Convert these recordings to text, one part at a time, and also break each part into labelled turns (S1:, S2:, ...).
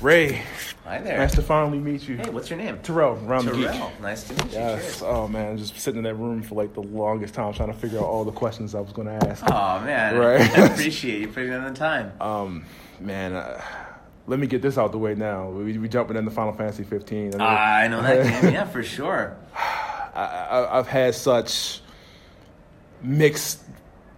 S1: Ray,
S2: Hi there.
S1: nice to finally meet you.
S2: hey, what's your name?
S1: Terrell, Rum Geek.
S2: Terrell. Nice to meet you.
S1: Yes.
S2: Cheers.
S1: Oh man, just sitting in that room for like the longest time trying to figure out all the questions I was going to ask.
S2: Oh man,
S1: Right.
S2: I appreciate you putting in the time.
S1: Um, man, uh, let me get this out the way now. We we jumping into Final Fantasy 15. I mean,
S2: I know that game, yeah, for sure.
S1: I, I, I've had such mixed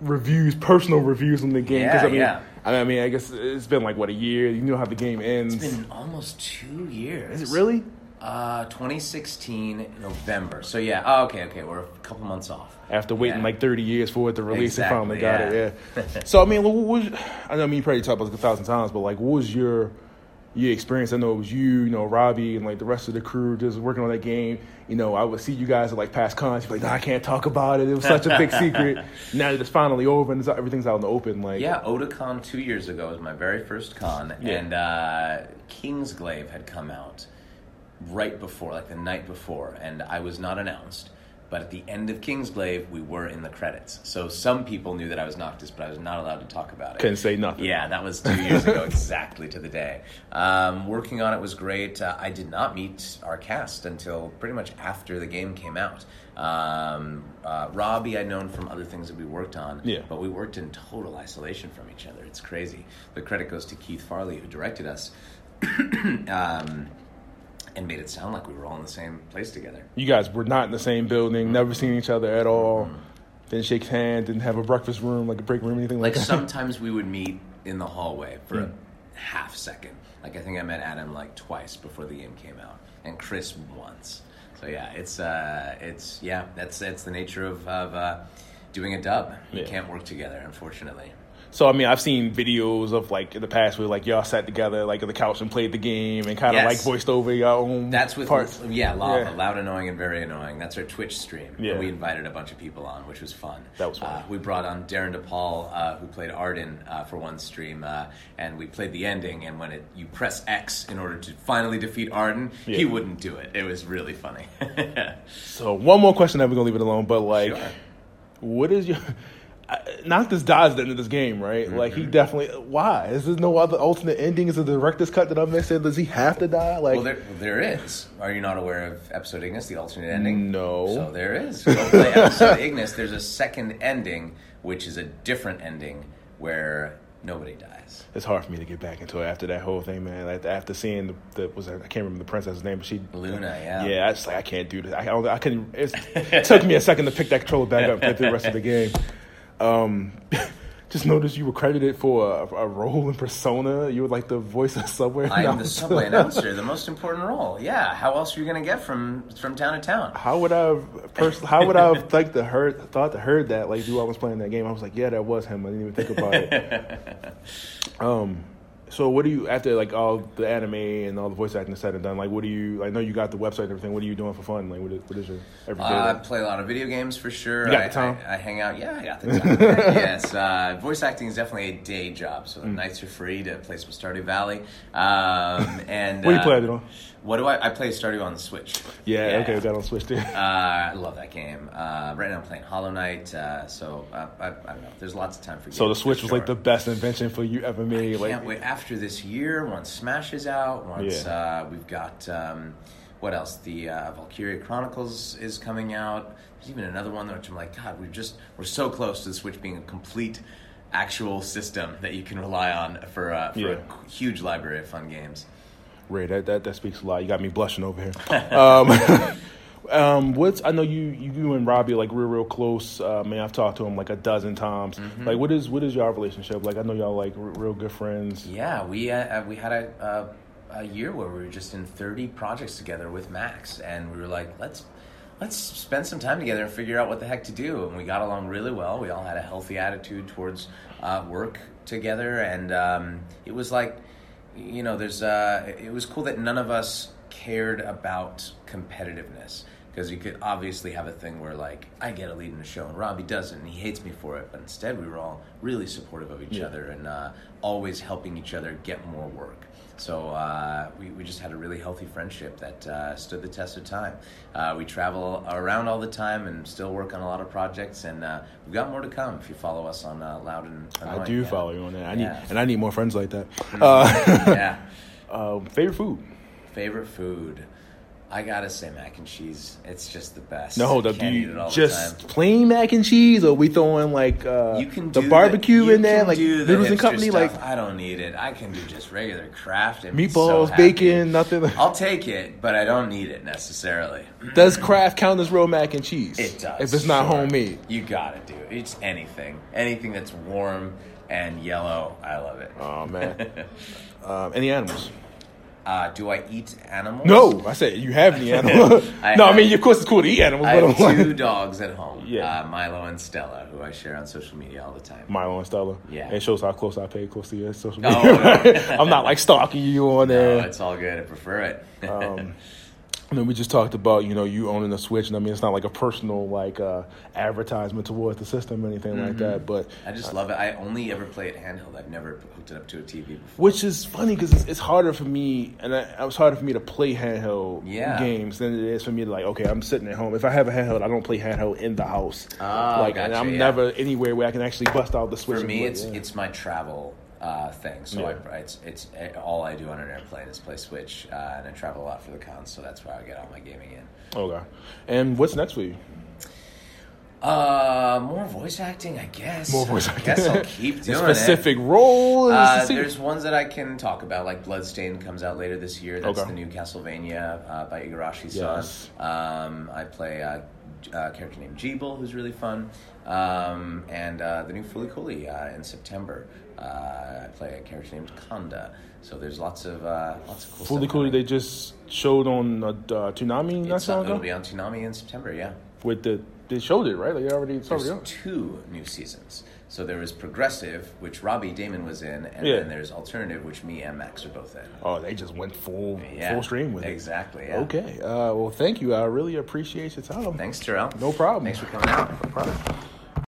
S1: reviews, personal reviews on the game. 'cause,
S2: Yeah,
S1: I mean,
S2: yeah.
S1: I mean, I mean, I guess it's been like what a year. You know how the game ends.
S2: It's been almost two years.
S1: Is it really?
S2: Uh, 2016 November. So yeah. Oh, okay, okay. We're a couple months off.
S1: After waiting
S2: Yeah.
S1: like 30 years for it to release, they finally got
S2: Exactly,
S1: it. Yeah. so I mean, what was I know I mean you probably talked about this a thousand times, but like, what was your your experience? I know it was you, you know, Robbie, and like the rest of the crew just working on that game. You know, I would see you guys at like past cons. You'd be like, "Nah, I can't talk about it. It was such a big secret." Now that it's finally over and it's, everything's out in the open, like,
S2: Yeah, Otakon two years ago was my very first con,
S1: Yeah.
S2: and uh, Kingsglaive had come out right before, like the night before, and I was not announced. But at the end of Kingsglaive, we were in the credits, so some people knew that I was Noctis, but I was not allowed to talk about it.
S1: couldn't say nothing.
S2: Yeah, that was two years ago, exactly to the day. Um, working on it was great. Uh, I did not meet our cast until pretty much after the game came out. Um, uh, Robbie, I'd known from other things that we worked on,
S1: Yeah.
S2: but we worked in total isolation from each other. It's crazy. The credit goes to Keith Farley, who directed us um, and made it sound like we were all in the same place together.
S1: You guys were not in the same building, never seen each other at all.
S2: Mm-hmm.
S1: Didn't shake hands, didn't have a breakfast room, like a break room, anything like,
S2: like
S1: that.
S2: sometimes we would meet in the hallway for a half second. Like I think I met Adam like twice before the game came out, and Chris once. So yeah, it's uh, it's yeah, that's that's the nature of of uh, doing a dub. You
S1: Yeah.
S2: can't work together, unfortunately.
S1: So I mean, I've seen videos of like in the past where like y'all sat together like on the couch and played the game and kind of
S2: Yes.
S1: like voiced over your own.
S2: That's with
S1: parts.
S2: yeah, lava,
S1: Yeah.
S2: loud, annoying, and very annoying. That's our Twitch stream.
S1: Yeah.
S2: And we invited a bunch of people on, which was fun.
S1: That was fun.
S2: Uh, we brought on Darren DePaul, uh, who played Arden uh, for one stream, uh, and we played the ending. And when it you press X in order to finally defeat Arden, he
S1: Yeah.
S2: wouldn't do it. It was really funny.
S1: So one more question, then we're gonna leave it alone. But like,
S2: Sure.
S1: what is your? I- Noctis dies at the end of this game, right?
S2: Mm-hmm.
S1: Like he definitely. Why is there no other alternate ending? Is it the director's cut that I'm missing? Does he have to die? Like,
S2: Well, there, there is. Are you not aware of episode Ignis, the alternate ending?
S1: Mm, No.
S2: So there is. Go play episode Ignis. There's a second ending, which is a different ending where nobody dies.
S1: it's hard for me to get back into it after that whole thing, man. Like, after seeing the, the was I can't remember the princess's name, but she
S2: Luna, yeah.
S1: Yeah, I just like I can't do this. I, I, don't- I couldn't. it's- It took me a second to pick that controller back up and play through the rest of the game. Um, just noticed you were credited for a, a role in Persona. You were like the voice of Subway.
S2: I am the
S1: announcer.
S2: subway announcer, the most important role. Yeah, how else are you going to get from from town to town?
S1: How would I have pers- how would I have like the heard thought to heard that like do I was playing that game? I was like, yeah, that was him. I didn't even think about it. um, so what do you after like all the anime and all the voice acting is said and done? Like, what do you? I know you got the website and everything. What are you doing for fun? Like, what is, what is your everyday?
S2: Uh, I
S1: life?
S2: play a lot of video games for sure.
S1: You got
S2: I,
S1: the time?
S2: I, I hang out. Yeah, I got the time. yes, uh, voice acting is definitely a day job, so the nights are free to play some Stardew Valley. Um, and
S1: What do you
S2: uh,
S1: play it on?
S2: What do I? I play Stardew on the Switch.
S1: yeah, okay, that on Switch too.
S2: Uh, I love that game. Uh, right now I'm playing Hollow Knight, uh, so uh, I, I don't know. There's lots of time for.
S1: So the
S2: games, for
S1: Switch was like
S2: sure.
S1: the best invention for you ever made. Like,
S2: Can't wait after this year. Once Smash is out, once
S1: Yeah.
S2: uh, we've got um, what else? The uh, Valkyria Chronicles is coming out. There's even another one which I'm like, God, we're just we're so close to the Switch being a complete actual system that you can rely on for, uh, for
S1: Yeah.
S2: a huge library of fun games.
S1: Ray, that, that that speaks a lot. You got me blushing over here. Um, um, what's I know you you you and Robbie like real real close. Uh, man, I've talked to him like a dozen times.
S2: Mm-hmm.
S1: Like, what is what is y'all relationship like? I know y'all like r- real good friends.
S2: Yeah, we uh, uh, we had a, a a year where we were just in thirty projects together with Max, and we were like, let's let's spend some time together and figure out what the heck to do. And we got along really well. We all had a healthy attitude towards uh, work together, and um, it was like, you know, there's uh, it was cool that none of us cared about competitiveness because you could obviously have a thing where like I get a lead in a show and Robbie doesn't and he hates me for it, but instead we were all really supportive of each
S1: Yeah.
S2: other and uh, always helping each other get more work. So uh, we, we just had a really healthy friendship that uh, stood the test of time. Uh, we travel around all the time and still work on a lot of projects, and uh, we've got more to come if you follow us on uh, Loud and
S1: I
S2: Annoying,
S1: do
S2: yeah. Mm-hmm.
S1: follow you on that. I need
S2: Yeah.
S1: and I need more friends like that. Uh,
S2: yeah.
S1: Um, favorite food?
S2: Favorite food? I gotta say mac and cheese. It's just the best.
S1: No, hold
S2: You
S1: up. Do
S2: can't eat
S1: you
S2: it all
S1: just
S2: the time.
S1: plain mac and cheese, or we throwing like uh,
S2: You can
S1: the
S2: do
S1: barbecue
S2: you
S1: in there,
S2: can
S1: like
S2: do the
S1: noodles and
S2: hipster
S1: company,
S2: stuff.
S1: like
S2: I don't need it. I can do just regular craft and be so
S1: meatballs,
S2: happy.
S1: bacon, nothing.
S2: I'll take it, but I don't need it necessarily.
S1: does Kraft count as real mac and cheese?
S2: It does.
S1: If it's not
S2: sure.
S1: homemade.
S2: you gotta do it. It's anything, anything that's warm and yellow. I love it.
S1: Oh man. um, any animals?
S2: Uh, do I eat animals?
S1: No, I said you have any animals.
S2: I
S1: no, I
S2: have-
S1: mean of course it's cool to eat animals,
S2: I
S1: but
S2: have
S1: I'm
S2: two
S1: like
S2: dogs at home.
S1: Yeah.
S2: Uh, Milo and Stella, who I share on social media all the time.
S1: Milo and Stella.
S2: Yeah.
S1: It shows how close I pay close to your social
S2: Oh,
S1: media. I'm not like stalking you on
S2: Oh,
S1: there.
S2: it's all good. I prefer it.
S1: Um, I mean, we just talked about you know you owning a Switch, and I mean it's not like a personal like uh, advertisement towards the system or anything
S2: Mm-hmm.
S1: like that. But
S2: I just love it. I only ever play it handheld. I've never hooked it up to a TV before.
S1: which is funny because it's, it's harder for me, and I, it was harder for me to play handheld
S2: Yeah.
S1: games than it is for me to like okay, I'm sitting at home. If I have a handheld, I don't play handheld in the house.
S2: Ah,
S1: like and
S2: gotcha,
S1: I'm
S2: yeah.
S1: never anywhere where I can actually bust out the Switch.
S2: For
S1: and
S2: me,
S1: play,
S2: it's
S1: yeah.
S2: it's my travel uh, thing. So
S1: Yeah.
S2: I, it's it's eh, all I do on an airplane is play Switch, uh, and I travel a lot for the cons. So that's where I get all my gaming in.
S1: okay. Oh, And what's next for you?
S2: Uh, more voice acting, I guess.
S1: More voice
S2: I
S1: acting.
S2: guess I'll keep
S1: A
S2: doing it.
S1: specific role?
S2: Uh,
S1: Let's see.
S2: there's ones that I can talk about, like Bloodstained comes out later this year. That's
S1: Okay.
S2: the new Castlevania uh, by Igarashi-san.
S1: Yes.
S2: Um, I play uh, J- uh, a character named Jeeble, who's really fun. Um, and uh, the new Fully Cooley uh, in September. Uh, I play a character named Kanda. So there's lots of uh, lots of cool
S1: Fully
S2: stuff.
S1: Cooley,
S2: coming.
S1: they just showed on uh, uh, Toonami not
S2: It's,
S1: so
S2: uh,
S1: long
S2: it'll
S1: ago.
S2: be on Tsunami in September, yeah.
S1: with the they showed it right. Like they already it's already
S2: There's
S1: out.
S2: two new seasons. So there was Progressive, which Robbie Damon was in, and
S1: Yeah.
S2: then there's Alternative, which me and Max are both in.
S1: Oh, they just went full
S2: Yeah.
S1: full stream with
S2: Exactly.
S1: it.
S2: Yeah.
S1: Okay. Uh, well, thank you. I really appreciate your time.
S2: Thanks, Terrell.
S1: No problem.
S2: Thanks for coming out.
S1: No problem.